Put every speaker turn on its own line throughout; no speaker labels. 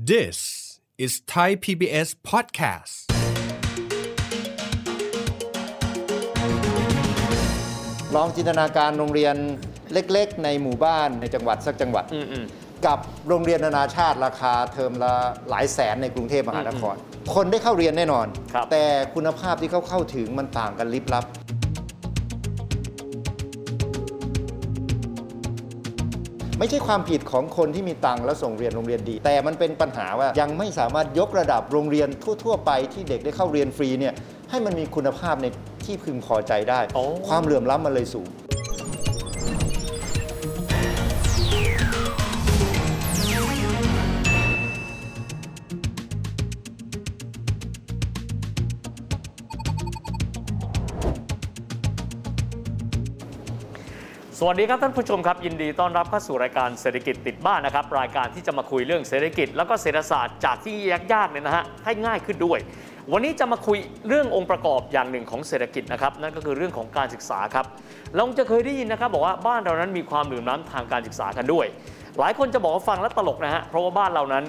This is Thai PBS podcast.
ลองจินตนาการโรงเรียนเล็ก ๆ ในหมู่บ้านในจังหวัดสักจังหวัดกับโรงเรียนนานาชาติราคาเทอมละหลายแสนในกรุงเทพมหานคร คนได้เข้าเรียนแน่นอน
ครับ
แต่คุณภาพที่เขาเข้าถึงมันต่างกันลิบลับ ไม่ใช่ความผิดของคนที่มีตังค์แล้วส่งเรียนโรงเรียนดี แต่มันเป็นปัญหาว่ายังไม่สามารถยกระดับโรงเรียนทั่ว ๆ ไปที่เด็กได้เข้าเรียนฟรีเนี่ยให้มันมีคุณภาพในที่พึงพอใจได้
โอ้
ความเหลื่อมล้ำมันเลยสูง
สวัสดีครับท่านผู้ชมครับ ยินดีต้อนรับเข้าสู่รายการเศรษฐกิจติดบ้านนะครับ รายการที่จะมาคุยเรื่องเศรษฐกิจ แล้วก็เศรษฐศาสตร์จากที่ยากๆเนี่ยนะฮะให้ง่ายขึ้นด้วย วันนี้จะมาคุยเรื่ององค์ประกอบอย่างหนึ่งของเศรษฐกิจนะครับนั่นก็คือเรื่องของการศึกษาครับเราจะเคยได้ยินนะครับบอกว่าบ้านเรานั้นมีความเหลื่อมล้ำทางการศึกษากันด้วย หลายคนจะบอกว่าฟังแล้วตลกนะฮะเพราะว่าบ้านเรานั้น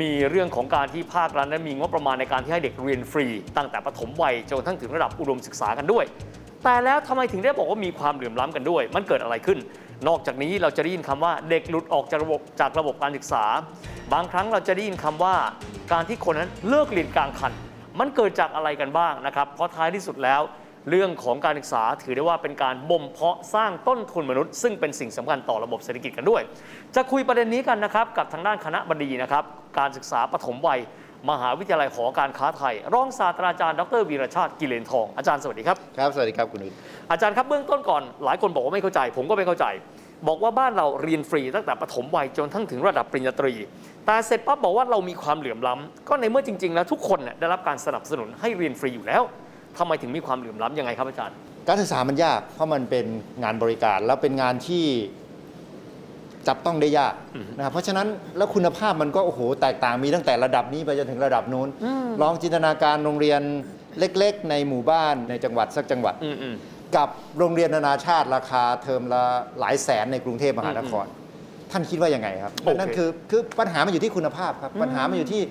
มีเรื่องของการที่ภาครัฐนั้นมีงบประมาณในการที่ให้เด็กเรียนฟรี ตั้งแต่ประถมวัยจนกระทั่งถึงระดับอุดมศึกษากันด้วย แต่แล้วทำไมถึงได้บอกว่ามีความเหลื่อมล้ำกันด้วย มันเกิดอะไรขึ้น นอกจากนี้เราจะได้ยินคำว่าเด็กหลุดออกจากระบบจากระบบการศึกษา บางครั้งเราจะได้ยินคำว่าการที่คนนั้นเลิกเรียนกลางคัน มันเกิดจากอะไรกันบ้างนะครับ เพราะท้ายที่สุดแล้ว เรื่องของการศึกษาถือได้ว่าเป็นการบ่มเพาะสร้างต้นทุนมนุษย์ ซึ่งเป็นสิ่งสำคัญต่อระบบเศรษฐกิจกันด้วย จะคุยประเด็นนี้กันนะครับกับทางด้านคณะบดีนะครับการศึกษาปฐมวัย มหาวิทยาลัยหอการค้าไทย รองศาสตราจารย์ดรวีรชาติกิเลนทองอาจารย์สวัสดีครับ
ครับ สวัสดีครับคุณวิทย์
อาจารย์ครับเบื้องต้นก่อนหลายคนบอกว่าไม่เข้าใจ ผมก็ไม่เข้าใจ บอกว่าบ้านเราเรียนฟรีตั้งแต่ประถมวัยจนทั้งถึงระดับปริญญาตรี แต่เสร็จปั๊บบอกว่าเรามีความเหลื่อมล้ำก็ในเมื่อจริง ๆ แล้วทุกคนเนี่ยได้รับการสนับสนุนให้เรียนฟรีอยู่แล้วทำไมถึงมีความเหลื่อมล้ำยังไงครับอาจารย์
การศึกษามันยาก เพราะมันเป็นงานบริการแล้วเป็นงานที่จับต้องได้ยากนะครับเพราะฉะนั้นแล้วคุณภาพมันก็โอ้โหแตกต่างมีตั้งแต่ระดับนี้ไปจนถึงระดับนู้น ลองจินตนาการโรงเรียนเล็ก ๆ ในหมู่บ้านในจังหวัดสักจังหวัด
อืมอืม
กับโรงเรียนนานาชาติราคาเทอมละหลายแสนในกรุงเทพมหานคร ท่านคิดว่ายังไงครับ
โอเค
นั่นคือคือปัญหามันอยู่ที่คุณภาพครับ ปัญหามันอยู่ที่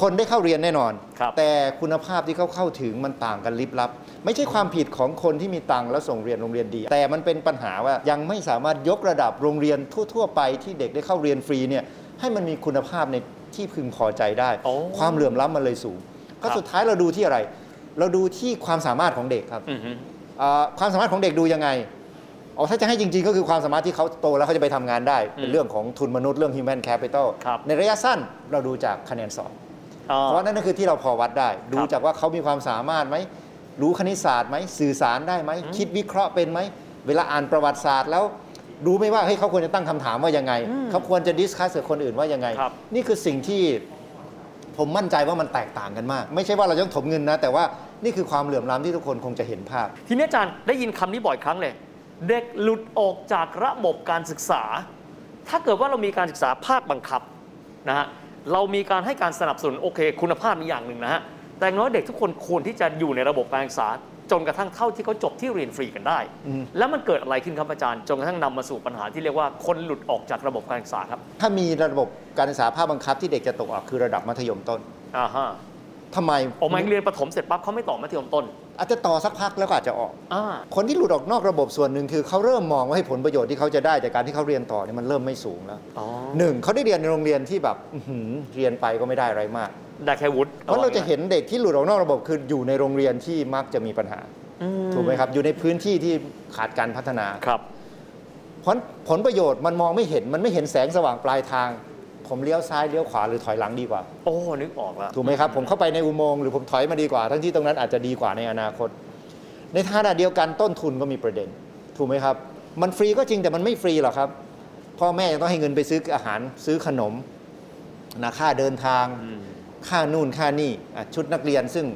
คนได้เข้าเรียนแน่นอน
ครับ
แต่คุณภาพที่เขาเข้าถึงมันต่างกันลิบลับ ไม่ใช่ความผิดของคนที่มีตังค์แล้วส่งเรียนโรงเรียนดี แต่มันเป็นปัญหาว่ายังไม่สามารถยกระดับโรงเรียนทั่ว ๆ ไปที่เด็กได้เข้าเรียนฟรีเนี่ยให้มันมีคุณภาพในที่พึงพอใจได้
โอ้
ความเหลื่อมล้ำมันเลยสูง
ค
ก็
รับ
สุดท้ายเราดูที่อะไร เราดูที่ความสามารถของเด็กครับ
อือฮึ
เอ่อความสามารถของเด็กดูยังไง อ๋อ ถ้าจะให้จริงๆ ก็คือความสามารถที่เขาโตแล้วเขาจะไปทำงานได้ เป็นเรื่องของทุนมนุษย์เรื่อง human capital
ครับ
ในระยะสั้นเราดูจากคะแนนสอบ
อ่า
เพราะนั่นก็คือที่เราพอวัดได้ ดูจากว่าเขามีความสามารถไหม รู้คณิตศาสตร์ไหม สื่อสารได้ไหม คิดวิเคราะห์เป็นไหม เวลาอ่านประวัติศาสตร์แล้ว รู้ไหมว่าเฮ้ยเขาควรจะตั้งคำถามว่ายังไง เขาควรจะดิสคัสกับคนอื่นว่ายังไง
ครับ
นี่คือสิ่งที่ผมมั่นใจว่ามันแตกต่างกันมาก ไม่ใช่ว่าเราจะต้องถมเงินนะ แต่ว่านี่คือความเหลื่อมล้ำที่ทุกคนคงจะเห็นภาพ
ทีนี้อาจารย์ได้ยินคำนี้บ่อยครั้งเลย เด็กหลุดออกจากระบบการศึกษา ถ้าเกิดว่าเรามีการศึกษาภาคบังคับนะฮะเรามีการให้การสนับสนุนโอเค คุณภาพมีอย่างหนึ่งนะฮะแต่อย่างน้อยเด็กทุกคนควรที่จะอยู่ในระบบการศึกษา จนกระทั่งเท่าที่เขาจบที่เรียนฟรีกันได้
อืม
แล้วมันเกิดอะไรขึ้นครับอาจารย์จนกระทั่งนำมาสู่ปัญหาที่เรียกว่าคนหลุดออกจากระบบการศึกษาครับ
ถ้ามีระบบการศึกษาภาคบังคับที่เด็กจะตกออกคือระดับมัธยมต้น
อ่าฮะ
ทำไม
ออกมาเรียนประถมเสร็จปั๊บเขาไม่ต่อมัธยมต้น
อาจจะต่อสักพักแล้วก็อาจจะออก
อ่า
คนที่หลุดออกนอกระบบส่วนหนึ่งคือเขาเริ่มมองว่าให้ผลประโยชน์ที่เขาจะได้จากการที่เขาเรียนต่อเนี่ยมันเริ่มไม่สูงแล้ว
อ๋อ
หนึ่งเขาได้เรียนในโรงเรียนที่แบบอื้อหือเรียนไปก็ไม่ได้อะไรมาก
ได้แค่วุฒิ
เพราะเราจะเห็นเด็กที่หลุดออกนอกระบบคืออยู่ในโรงเรียนที่มักจะมีปัญหา
อื
ถูกไหมครับ อยู่ในพื้นที่ที่ขาดการพัฒนา
ครับ
ผลผลประโยชน์มันมองไม่เห็นมันไม่เห็นแสงสว่างปลายทาง ผมเลี้ยวซ้ายเลี้ยวขวาหรือถอยหลังดีกว่า
โอ้นึกออกแล้ว
ถูกไหมครับ ผมเข้าไปในอุโมงค์หรือผมถอยมาดีกว่า ทั้งที่ตรงนั้นอาจจะดีกว่าในอนาคต ในขณะเดียวกันต้นทุนก็มีประเด็น ถูกไหมครับ มันฟรีก็จริงแต่มันไม่ฟรีหรอกครับ พ่อแม่ยังต้องให้เงินไปซื้ออาหารซื้อขนมนะค่าเดินทาง ค่านู่นค่านี่อ่ะชุดนักเรียนซึ่ง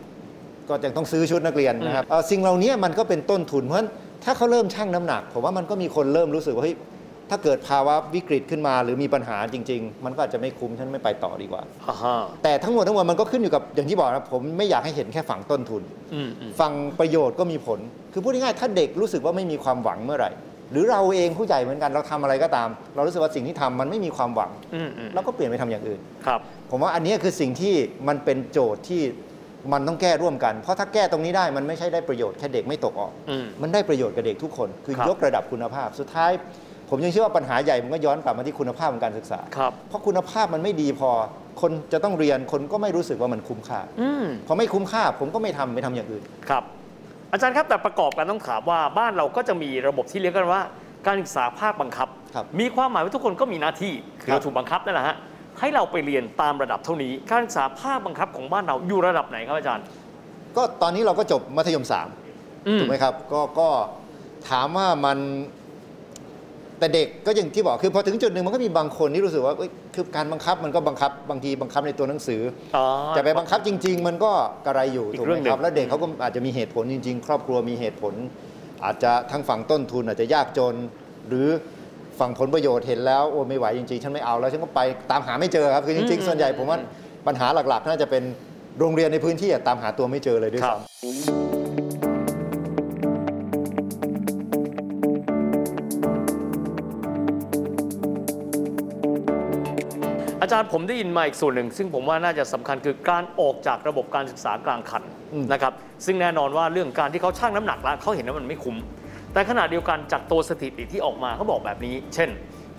ก็ยังต้องซื้อชุดนักเรียนนะครับเอ่อสิ่งเหล่านี้มันก็เป็นต้นทุนเพราะฉะนั้นถ้าเขาเริ่มชั่งน้ำหนักผมว่ามันก็มีคนเริ่มรู้สึกว่าเฮ้ยถ้าเกิดภาวะวิกฤตขึ้นมา หรือมีปัญหาจริง ๆ มันก็อาจจะไม่คุ้มฉันไม่ไปต่อดีกว่า
อ่าฮะ
แต่ทั้งหมดทั้งมวลมันก็ขึ้นอยู่กับอย่างที่บอกนะผมไม่อยากให้เห็นแค่ฝั่งต้นทุน
อืมอืม
ฝั่งประโยชน์ก็มีผล คือพูดง่ายๆถ้าเด็กรู้สึกว่าไม่มีความหวังเมื่อไหร่ หรือเราเองผู้ใหญ่เหมือนกันเราทำอะไรก็ตาม เรารู้สึกว่าสิ่งที่ทำมันไม่มีความหวัง
อืมอืม
เราก็เปลี่ยนไปทำอย่างอื่น
ครับ
ผมว่าอันเนี้ยคือสิ่งที่มันเป็นโจทย์ที่มันต้องแก้ร่วมกัน เพราะถ้าแก้ตรงนี้ได้มันไม่ใช่ได้ประโยชน์แค่เด็กไม่ตกออก
อืม
มันได้ประโยชน์กับเด็กทุกคน คือ
ครับ
ยกระดับคุณภาพ สุดท้าย ผมยังเชื่อว่าปัญหาใหญ่มันก็ย้อนกลับมาที่คุณภาพของการศึกษา
ครับ
เพราะคุณภาพมันไม่ดีพอ คนจะต้องเรียนคนก็ไม่รู้สึกว่ามันคุ้มค่า
อืม
พอไม่คุ้มค่าผมก็ไม่ทำไม่ทำอย่างอื่น
ครับ อาจารย์ครับแต่ประกอบกันต้องถามว่าบ้านเราก็จะมีระบบที่เรียกกันว่า การศึกษาภาคบังคับ
ครับ
มีความหมายว่าทุกคนก็มีหน้าที่คือ
ครับ
เราถูกบังคับนั่นแหละฮะให้เราไปเรียนตามระดับเท่านี้ การศึกษาภาคบังคับของบ้านเราอยู่ระดับไหนครับอาจารย์
ก็ตอนนี้เราก็จบมัธยมสาม
อืม
ถูกไหมครับก็ก็ถามว่ามันแต่เด็กก็อย่างที่บอกคือพอถึงจุดหนึ่งมันก็มีบางคนที่รู้สึกว่าเอ้ยคือการบังคับมันก็บังคับบางทีบังคับในตัวหนังสือ
อ๋อ
จะไปบังคับจริง ๆ มันก็กระไรอยู่
อีก
ถูก
เรื่
ไหม
องห
ค
นึ่ง
รับแล้วเด็กเขาก็อาจจะมีเหตุผลจริง ๆ ครอบครัวมีเหตุผล อาจจะทั้งฝั่งต้นทุนอาจจะยากจน หรือฝั่งผลประโยชน์เห็นแล้วโอ้ไม่ไหวจริงๆ ฉันไม่เอาแล้วฉันก็ไปตามหาไม่เจอครับคือจริง ๆ ส่วนใหญ่ผมว่าปัญหาหลักๆ น่าจะเป็นโรงเรียนในพื้นที่อะตามหาตัวไม่เจอเลยด้วย
ครับ
ซ้ำ
อาจารย์ผมได้ยินมาอีกส่วนหนึ่ง ซึ่งผมว่าน่าจะสำคัญคือการออกจากระบบการศึกษากลางคัน
อืม
นะครับซึ่งแน่นอนว่าเรื่องการที่เขาชั่งน้ำหนักแล้วเขาเห็นว่ามันไม่คุ้ม แต่ขณะเดียวกันจากตัวสถิติที่ออกมาเขาบอกแบบนี้ เช่น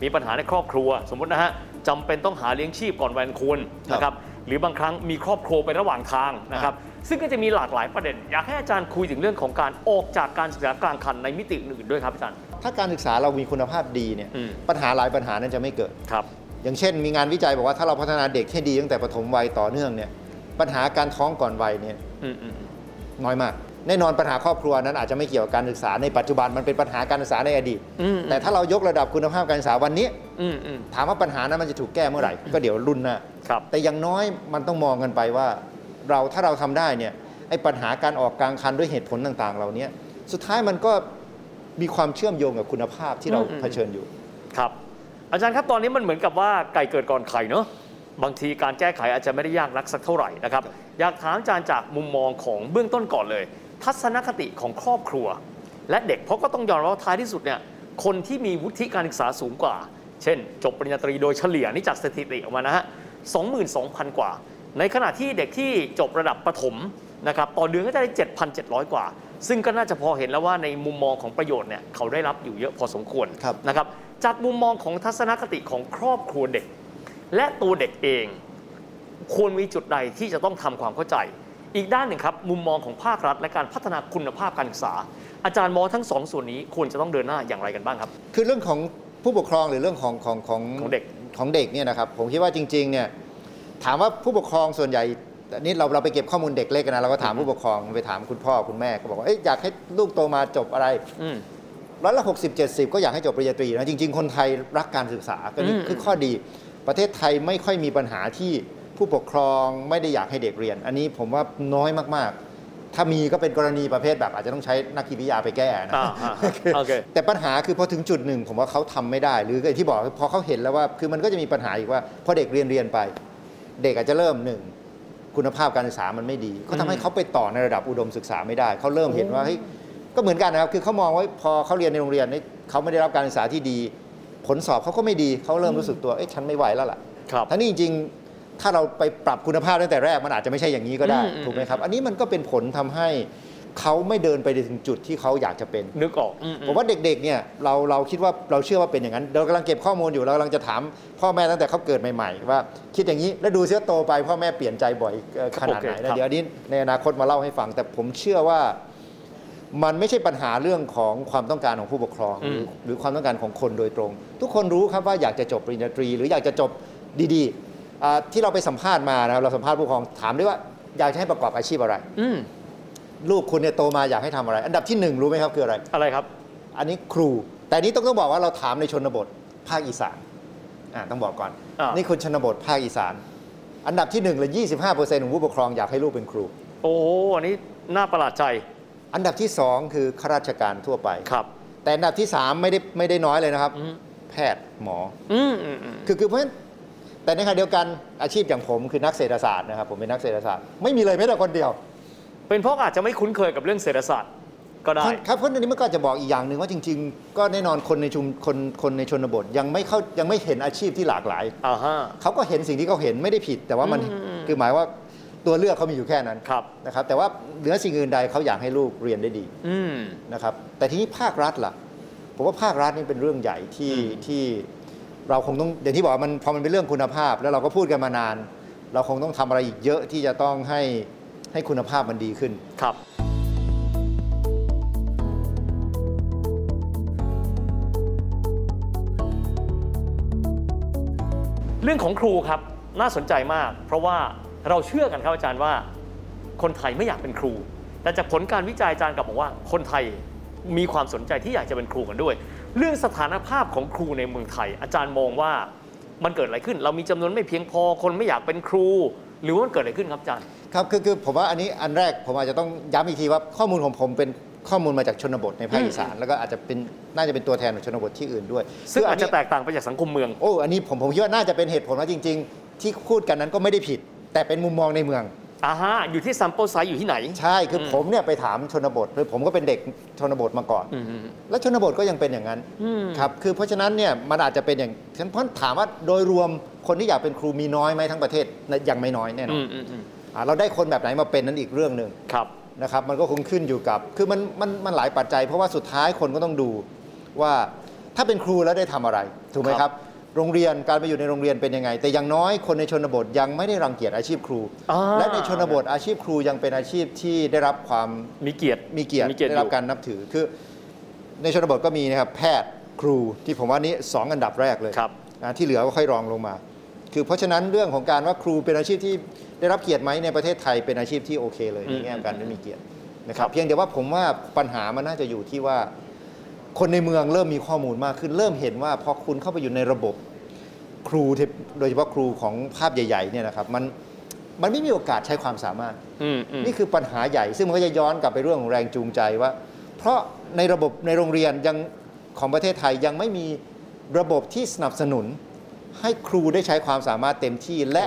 มีปัญหาในครอบครัว สมมตินะฮะจำเป็นต้องหาเลี้ยงชีพก่อนวัยอันควรนะครับหรือบางครั้งมีครอบครัวไประหว่างทางนะครับซึ่งก็จะมีหลากหลายประเด็น อยากให้อาจารย์คุยถึงเรื่องของการออกจากการศึกษากลางคันในมิติอื่นๆด้วยครับอาจารย์
ถ้าการศึกษาเรามีคุณภาพดีเนี่ย
อืม
ปัญหาหลายปัญหานั้นจะไม่เกิด
ครับ
อย่างเช่น มีงานวิจัยบอกว่าถ้าเราพัฒนาเด็กให้ดีตั้งแต่ปฐมวัยต่อเนื่องเนี่ยปัญหาการท้องก่อนวัยเนี่ย
อืมอืม
น้อยมาก แน่นอนปัญหาครอบครัวนั้นอาจจะไม่เกี่ยวกับการศึกษาในปัจจุบันมันเป็นปัญหาการศึกษาในอดีต
อืม
แต่ถ้าเรายกระดับคุณภาพการศึกษาวันนี้
อืมอืม
ถามว่าปัญหานั้นมันจะถูกแก้เมื่อไหร่ ก็เดี๋ยวรุ่นหน้า
ครับ
แต่อย่างน้อยมันต้องมองกันไปว่า เราถ้าเราทำได้เนี่ยไอ้ปัญหาการออกกลางคันด้วยเหตุผลต่างๆ เหล่านี้สุดท้ายมันก็มีความเชื่อมโยงกับคุณภาพที่เราเผชิญอยู่
ครับ อาจารย์ครับตอนนี้มันเหมือนกับว่าไก่เกิดก่อนไข่เนอะบางทีการแก้ไขอาจจะไม่ได้ยากนักสักเท่าไหร่นะครับอยากถามอาจารย์จากมุมมองของเบื้องต้นก่อนเลย ทัศนคติของครอบครัว และเด็กเพราะก็ต้องยอมรับว่าท้ายที่สุดเนี่ยคนที่มีวุฒิการศึกษาสูงกว่า เช่น จบปริญญาตรีโดยเฉลี่ยนี่จากสถิติออกมานะฮะ22,000 กว่า ในขณะที่เด็กที่จบระดับประถมนะครับต่อเดือนก็จะได้ 7,700 กว่า ซึ่งก็น่าจะพอเห็นแล้วว่าในมุมมองของประโยชน์เนี่ยเขาได้รับอยู่เยอะพอสมควร
ครับ
นะครับ จากมุมมองของทัศนคติของครอบครัวเด็ก และตัวเด็กเอง ควรมีจุดใดที่จะต้องทำความเข้าใจ อีกด้านหนึ่งครับ มุมมองของภาครัฐ และการพัฒนาคุณภาพการศึกษา อาจารย์มองทั้งสองส่วนนี้ควรจะต้องเดินหน้าอย่างไรกันบ้างครับ
คือเรื่องของผู้ปกครองหรือเรื่องของของของ
ของเด็ก
ของเด็กเนี่ยนะครับผมคิดว่าจริงๆเนี่ยถามว่าผู้ปกครองส่วนใหญ่อันนี่เราเราไปเก็บข้อมูลเด็กเล็กกันนะเราก็ถามผู้ปกครองไปถามคุณพ่อคุณแม่ก็บอกว่าเอ้ยอยากให้ลูกโตมาจบอะไร
อืม
ร้อยละหกสิบเจ็ดสิบก็อยากให้จบปริญญาตรีนะจริง ๆ คนไทยรักการศึกษาก็นี่
อืม
คือข้อดี ประเทศไทยไม่ค่อยมีปัญหาที่ผู้ปกครองไม่ได้อยากให้เด็กเรียน อันนี้ผมว่าน้อยมากๆ ถ้ามีก็เป็นกรณีประเภทแบบอาจจะต้องใช้นักจิตวิทยาไปแก้นะ
อ่าอ่าโอเค
แต่ปัญหาคือพอถึงจุดหนึ่งผมว่าเขาทำไม่ได้ หรืออย่างที่บอกพอเขาเห็นแล้วว่าคือมันก็จะมีปัญหาอีกว่าพอเด็กเรียนเรียนไป เด็กอาจจะเริ่มหนึ่งคุณภาพการศึกษามันไม่ดี ก็ทำให้เขาไปต่อในระดับอุดมศึกษาไม่ได้ เขาเริ่มเห็นว่าเฮ้ยก็เหมือนกันนะครับคือเขามองว่าพอเขาเรียนในโรงเรียนเนี่ยเขาไม่ได้รับการศึกษาที่ดี ผลสอบเขาก็ไม่ดีเขาเริ่มรู้สึกตัวเอ๊ะฉันไม่ไหวแล้วล่ะ
ครับ
ทั้งนี้จริงๆ ถ้าเราไปปรับคุณภาพตั้งแต่แรกมันอาจจะไม่ใช่อย่างนี้ก็ได้
อืมอืม
ถูกไหมครับ อันนี้มันก็เป็นผลทำให้เขาไม่เดินไปถึงจุดที่เขาอยากจะเป็น
นึกออกอือื
ผมว่าเด็กๆ เนี่ยเราเราคิดว่าเราเชื่อว่าเป็นอย่างนั้น เรากำลังเก็บข้อมูลอยู่เรากำลังจะถามพ่อแม่ตั้งแต่เขาเกิดใหม่ๆ ว่าคิดอย่างนี้แล้วดูเสียโตไปพ่อแม่เปลี่ยนใจบ่อยเอ่อขนาดไหน
โอเคค
นะ
รับ
เดี๋ยวอันนี้ในอนาคตมาเล่าให้ฟัง แต่ผมเชื่อว่ามันไม่ใช่ปัญหาเรื่องของความต้องการของผู้ปกครองหรือหรือความต้องการของคนโดยตรง ทุกคนรู้ครับว่าอยากจะจบปริญญาตรี หรืออยากจะจบดีๆอ่าที่เราไปสัมภาษณ์มานะครับเราสัมภาษณ์ผู้ปกครองถามด้วยว่าอยากจะให้ประกอบอาชีพอะไร
อืม
ลูกคุณเนี่ยโตมาอยากให้ทำอะไร อันดับที่หนึ่งรู้ไหมครับคืออะไร
อะไรครับ
อันนี้ครู แต่อันนี้ต้องต้องบอกว่าเราถามในชนบทภาคอีสานอ่าต้องบอกก่อน
อ่านี่
นี่คนชนบทภาคอีสาน อันดับที่1เลย25%ของผู้ปกครองอยากให้ลูกเป็นครู
โอ้โหอันนี้น่าประหลาดใจ
อันดับที่ 2 คือข้าราชการทั่วไป
ครับ
แต่อันดับที่ 3 ไม่ได้ไม่ได้น้อยเลยนะครับ
อืม
แพทย์หมอ
อืมอืมอืม
คือคือเพราะฉะนั้นแต่ในขณะเดียวกันอาชีพอย่างผมคือนักเศรษฐศาสตร์นะครับ ผมเป็นนักเศรษฐศาสตร์ ไม่มีเลยแม้แต่คนเดียว
เป็นเพราะอาจจะไม่คุ้นเคยกับเรื่องเศรษฐศาสตร์ ก็ได้
ครับเพราะอันนี้มันก็จะบอกอีกอย่างหนึ่งว่าจริง ๆ ก็แน่นอนคนในชุมคนคนในชนบทยังไม่เข้ายังไม่เห็นอาชีพที่หลากหลาย
อ่าฮะ
เขาก็เห็นสิ่งที่เขาเห็นไม่ได้ผิด แต่ว่ามัน
อืมอืม
คือหมายว่าตัวเลือกเขามีอยู่แค่นั้น
ครับ
นะครับ แต่ว่าเหนือสิ่งอื่นใดเขาอยากให้ลูกเรียนได้ดี
อืม
นะครับ แต่ทีนี้ภาครัฐล่ะผมว่าภาครัฐนี่เป็นเรื่องใหญ่ที่ที่เราคงต้องอย่างที่บอกว่ามันพอมันเป็นเรื่องคุณภาพ แล้วเราก็พูดกันมานาน เราคงต้องทำอะไรอีกเยอะที่จะต้องให้ให้คุณภาพมันดีขึ้น
ครับ เรื่องของครูครับน่าสนใจมาก เพราะว่าเราเชื่อกันครับอาจารย์ว่า คนไทยไม่อยากเป็นครู แต่จากผลการวิจัยอาจารย์กลับบอกว่า คนไทยมีความสนใจที่อยากจะเป็นครูกันด้วย เรื่องสถานภาพของครูในเมืองไทย อาจารย์มองว่ามันเกิดอะไรขึ้น เรามีจำนวนไม่เพียงพอคนไม่อยากเป็นครู หรือว่ามันเกิดอะไรขึ้นครับอาจารย์
ครับคือคือผมว่าอันนี้อันแรกผมอาจจะต้องย้ำอีกทีว่าข้อมูลของผมเป็นข้อมูลมาจากชนบทในภาคอีสานแล้วก็อาจจะเป็นน่าจะเป็นตัวแทนของชนบทที่อื่นด้วย
ซึ่ง
คื
อาจ
น
จะ
นี้
แตกต่างไปจากสังคมเมือง
โอ้อันนี้ผมผมคิดว่าน่าจะเป็นเหตุผลว่าจริง ๆ ที่พูดกันนั้นก็ไม่ได้ผิด แต่เป็นมุมมองในเมือง
อ่าฮะอยู่ที่ซัม p ป e ไซ z ์อยู่ที่ไหน
ใช่คืออผมเนี่ยไปถามชนบทคือผมก็เป็นเด็กชนบทมาก่อน
อืม
และชนบทก็ยังเป็นอย่างนั้น
อืม
ครับคือเพราะฉะนั้นเนี่ยมันอาจจะเป็นอย่างฉะนันเพราะถามว่าโดยรวมคนที่อยากเป็นครูมีน้อยไหมทั้งประเทศนะยังไม่น้อยแน่นอ
อื
น
มอืมอืม
อ่าเราได้คนแบบไหนมาเป็นนั้นอีกเรื่องหนึ่ง
ครับ
นะครับมันก็คงขึ้นอยู่กับ คือมันมันมันหลายปัจจัย เพราะว่าสุดท้ายคนก็ต้องดูว่าถ้าเป็นครูแล้วได้ทำอะไร ถูกไหม
ค
ค
รั
รับ บ โรงเรียนการไปอยู่ในโรงเรียนเป็นยังไง แต่อย่างน้อยคนในชนบทยังไม่ได้รังเกียจอาชีพครู
อ่า
และในชนบทอาชีพครูยังเป็นอาชีพที่ได้รับความ
มีเกียรติ
มีเกียรติ
อ
ได้
ยู่
รับการนับถือคือ ในชนบทก็มีนะครับแพทย์ครูที่ผมว่านี้สองอันดับแรกเลย
ครับ
นะที่เหลือก็ค่อยรองลงมา คือเพราะฉะนั้นเรื่องของการว่าครูเป็นอาชีพที่ได้รับเกียรติไหมในประเทศไทยเป็นอาชีพที่โอเคเลย
อืม
ในแง่ของการได้มีเกียรตินะค
ครั
รับ
บ
เพียงแต่ว่าผมว่าปัญหามันน่าจะอยู่ที่ว่า คนในเมืองเริ่มมีข้อมูลมากขึ้น เริ่มเห็นว่าพอคุณเข้าไปอยู่ในระบบครูที่โดยเฉพาะครูของภาพใหญ่ๆเนี่ยนะครับมันมันไม่มีโอกาสใช้ความสามารถ
อืมอืม
นี่คือปัญหาใหญ่ ซึ่งมันก็จะย้อนกลับไปเรื่องของแรงจูงใจว่า เพราะในระบบในโรงเรียนยังของประเทศไทยยังไม่มีระบบที่สนับสนุน ให้ครูได้ใช้ความสามารถเต็มที่ และ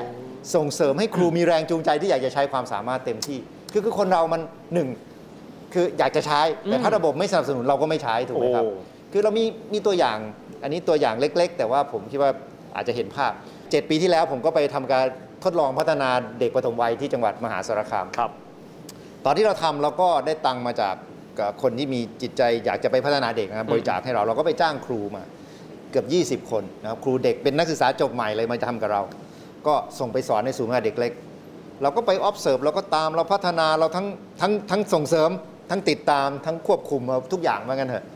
ส่งเสริมให้ครูมีแรงจูงใจที่อยากจะใช้ความสามารถเต็มที่ คือคือคนเรามันหนึ่งคืออยากจะใช้แต่ถ้าระบบไม่สนับสนุนเราก็ไม่ใช้ถูก
โอ้
ไหมครับ คือเรามีมีตัวอย่างอันนี้ตัวอย่างเล็ก ๆ แต่ว่าผมคิดว่าอาจจะเห็นภาพ 7 ปีที่แล้วผมก็ไปทำการทดลองพัฒนาเด็กปฐมวัยที่จังหวัดมหาสารคาม
ครับ
ตอนที่เราทำเราก็ได้ตังค์มาจากเอ่อคนที่มีจิตใจอยากจะไปพัฒนาเด็กนะครับบริจาคให้เราเราก็ไปจ้างครูมาเกือบ 20 คนนะครับครูเด็กเป็นนักศึกษาจบใหม่เลยมาทำกับเรา ก็ส่งไปสอนในศูนย์งานเด็กเล็ก เราก็ไป observe เราก็ตามเราพัฒนาเราทั้งทั้งทั้งส่งเสริม ทั้งติดตามทั้งควบคุมเอาทุกอย่างว่างั้นเถอะ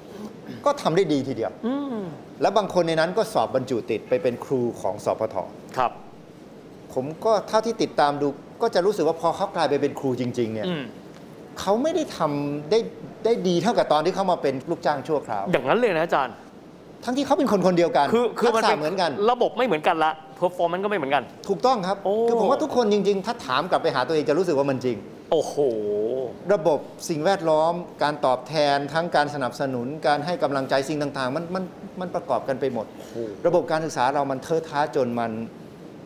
ก็ทำได้ดีทีเดียว
อืม
และบางคนในนั้นก็สอบบรรจุติดไปเป็นครูของสพท
ครับ
ผมก็เท่าที่ติดตามดูก็จะรู้สึกว่าพอเขากลายไปเป็นครูจริงๆเนี่ย
อืม
เขาไม่ได้ทำได้ได้ดีเท่ากับตอนที่เขามาเป็นลูกจ้างชั่วคราว
อย่างนั้นเลยนะอาจารย์
ทั้งที่เขาเป็นคนคนเดียวกัน
คือคือ
ทั
มัน
กษะ
ป็
เหมือนกัน
ระบบไม่เหมือนกันละเพอร์ฟอร์มนก็ไม่เหมือนกัน
ถูกต้องครับ
โอ้
คือผมว่าทุกคนจริง ๆ ถ้าถามกลับไปหาตัวเองจะรู้สึกว่ามันจริง
โอ้โห
ระบบสิ่งแวดล้อม การตอบแทน ทั้งการสนับสนุน การให้กำลังใจสิ่งต่าง ๆ มันมันมันประกอบกันไปหมด ระบบการศึกษาเรามันเทอะท้าจนมัน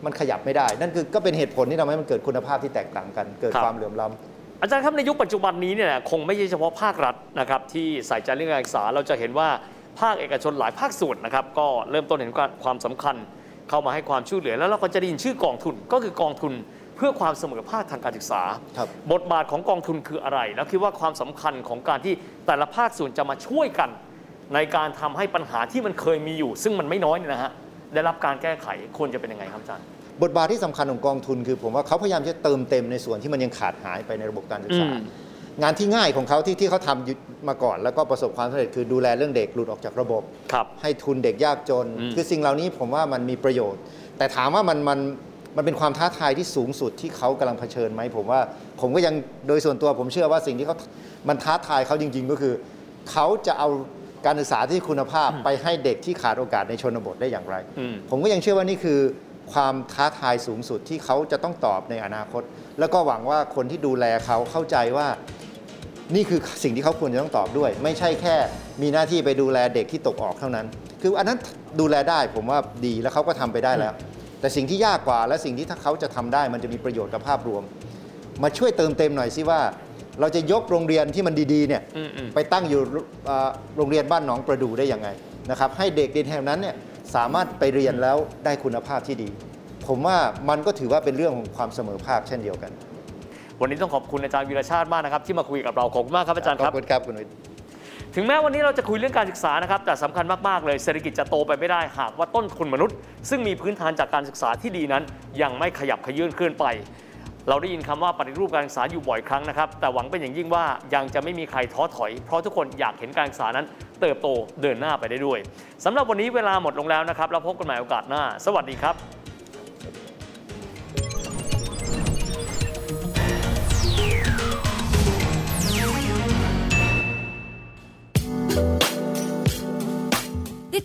มันขยับไม่ได้ นั่นคือก็เป็นเหตุผลที่ทำให้มันเกิดคุณภาพที่แตกต่างกัน เกิด
ครับ
ความเหลื่อมล้ำ
อาจารย์ครับในยุคปัจจุบันนี้เนี่ยคงไม่ใช่เฉพาะภาครัฐนะครับที่ใส่ใจเรื่องการศึกษาเราจะเห็นว่าภาคเอกชนหลายภาคส่วนนะครับก็เริ่มต้นเห็นความสำคัญ เข้ามาให้ความช่วยเหลือ แล้วเราก็จะได้ยินชื่อกองทุนก็คือกองทุนเพื่อความเสมอภาคทางการศึกษา
ครับ
บทบาทของกองทุนคืออะไร แล้วคิดว่าความสำคัญของการที่แต่ละภาคส่วนจะมาช่วยกัน ในการทำให้ปัญหาที่มันเคยมีอยู่ ซึ่งมันไม่น้อยเนี่ยนะฮะได้รับการแก้ไขควรจะเป็นยังไงครับอาจารย์
บทบาทที่สำคัญของกองทุนคือ ผมว่าเขาพยายามจะเติมเต็มในส่วนที่มันยังขาดหายไปในระบบการศึกษา
อืม
งานที่ง่ายของเขาที่ที่เขาทำอยู่มาก่อน แล้วก็ประสบความสำเร็จคือดูแลเรื่องเด็กหลุดออกจากระบบ
ครับ
ให้ทุนเด็กยากจน
อืม
คือสิ่งเหล่านี้ผมว่ามันมีประโยชน์ แต่ถามว่ามันมันมันเป็นความท้าทายที่สูงสุดที่เขากำลังเผชิญไหมผมว่าผมก็ยังโดยส่วนตัวผมเชื่อว่าสิ่งที่เขา มันท้าทายเขาจริง ๆ ก็คือ เขาจะเอาการศึกษาที่คุณภาพไปให้เด็กที่ขาดโอกาสในชนบทได้อย่างไร
อืม
ผมก็ยังเชื่อว่านี่คือความท้าทายสูงสุดที่เขาจะต้องตอบในอนาคต แล้วก็หวังว่าคนที่ดูแลเขาเข้าใจว่านี่คือสิ่งที่เขาควรจะต้องตอบด้วย ไม่ใช่แค่มีหน้าที่ไปดูแลเด็กที่ตกออกเท่านั้น คืออันนั้นดูแลได้ผมว่าดีแล้วเขาก็ทำไปได้แล้ว แต่สิ่งที่ยากกว่าและสิ่งที่ถ้าเขาจะทำได้มันจะมีประโยชน์กับภาพรวม มาช่วยเติมเต็มหน่อยสิว่า เราจะยกโรงเรียนที่มันดีๆเนี่ย
อืมอืม
ไปตั้งอยู่เอ่อโรงเรียนบ้านหนองประดูได้ยังไงนะครับให้เด็กเรียนแถวนั้นเนี่ยสามารถไปเรียนแล้วได้คุณภาพที่ดี ผมว่ามันก็ถือว่าเป็นเรื่องของความเสมอภาคเช่นเดียวกัน
วันนี้ต้องขอบคุณอาจารย์วีรชาติมากนะครับที่มาคุยกับเราขอบคุณมากครับอาจารย์
ข
ค
อ
รั
บบ คุณครับคุณวิทย์
ถึงแม้วันนี้เราจะคุยเรื่องการศึกษานะครับ แต่สำคัญมากๆเลยเศรษฐกิจจะโตไปไม่ได้หากว่าต้นทุนมนุษย์ ซึ่งมีพื้นฐานจากการศึกษาที่ดีนั้น ยังไม่ขยับขยื่นเคลื่อนไป เราได้ยินคำว่าปฏิรูปการศึกษาอยู่บ่อยครั้งนะครับ แต่หวังเป็นอย่างยิ่งว่ายังจะไม่มีใครท้อถอย เพราะทุกคนอยากเห็นการศึกษานั้น เติบโตเดินหน้าไปได้ด้วยสำหรับวันนี้เวลาหมดลงแล้วนะครับเราพบกันใหม่โอกาสหน้า สวัสดีครับ
ติด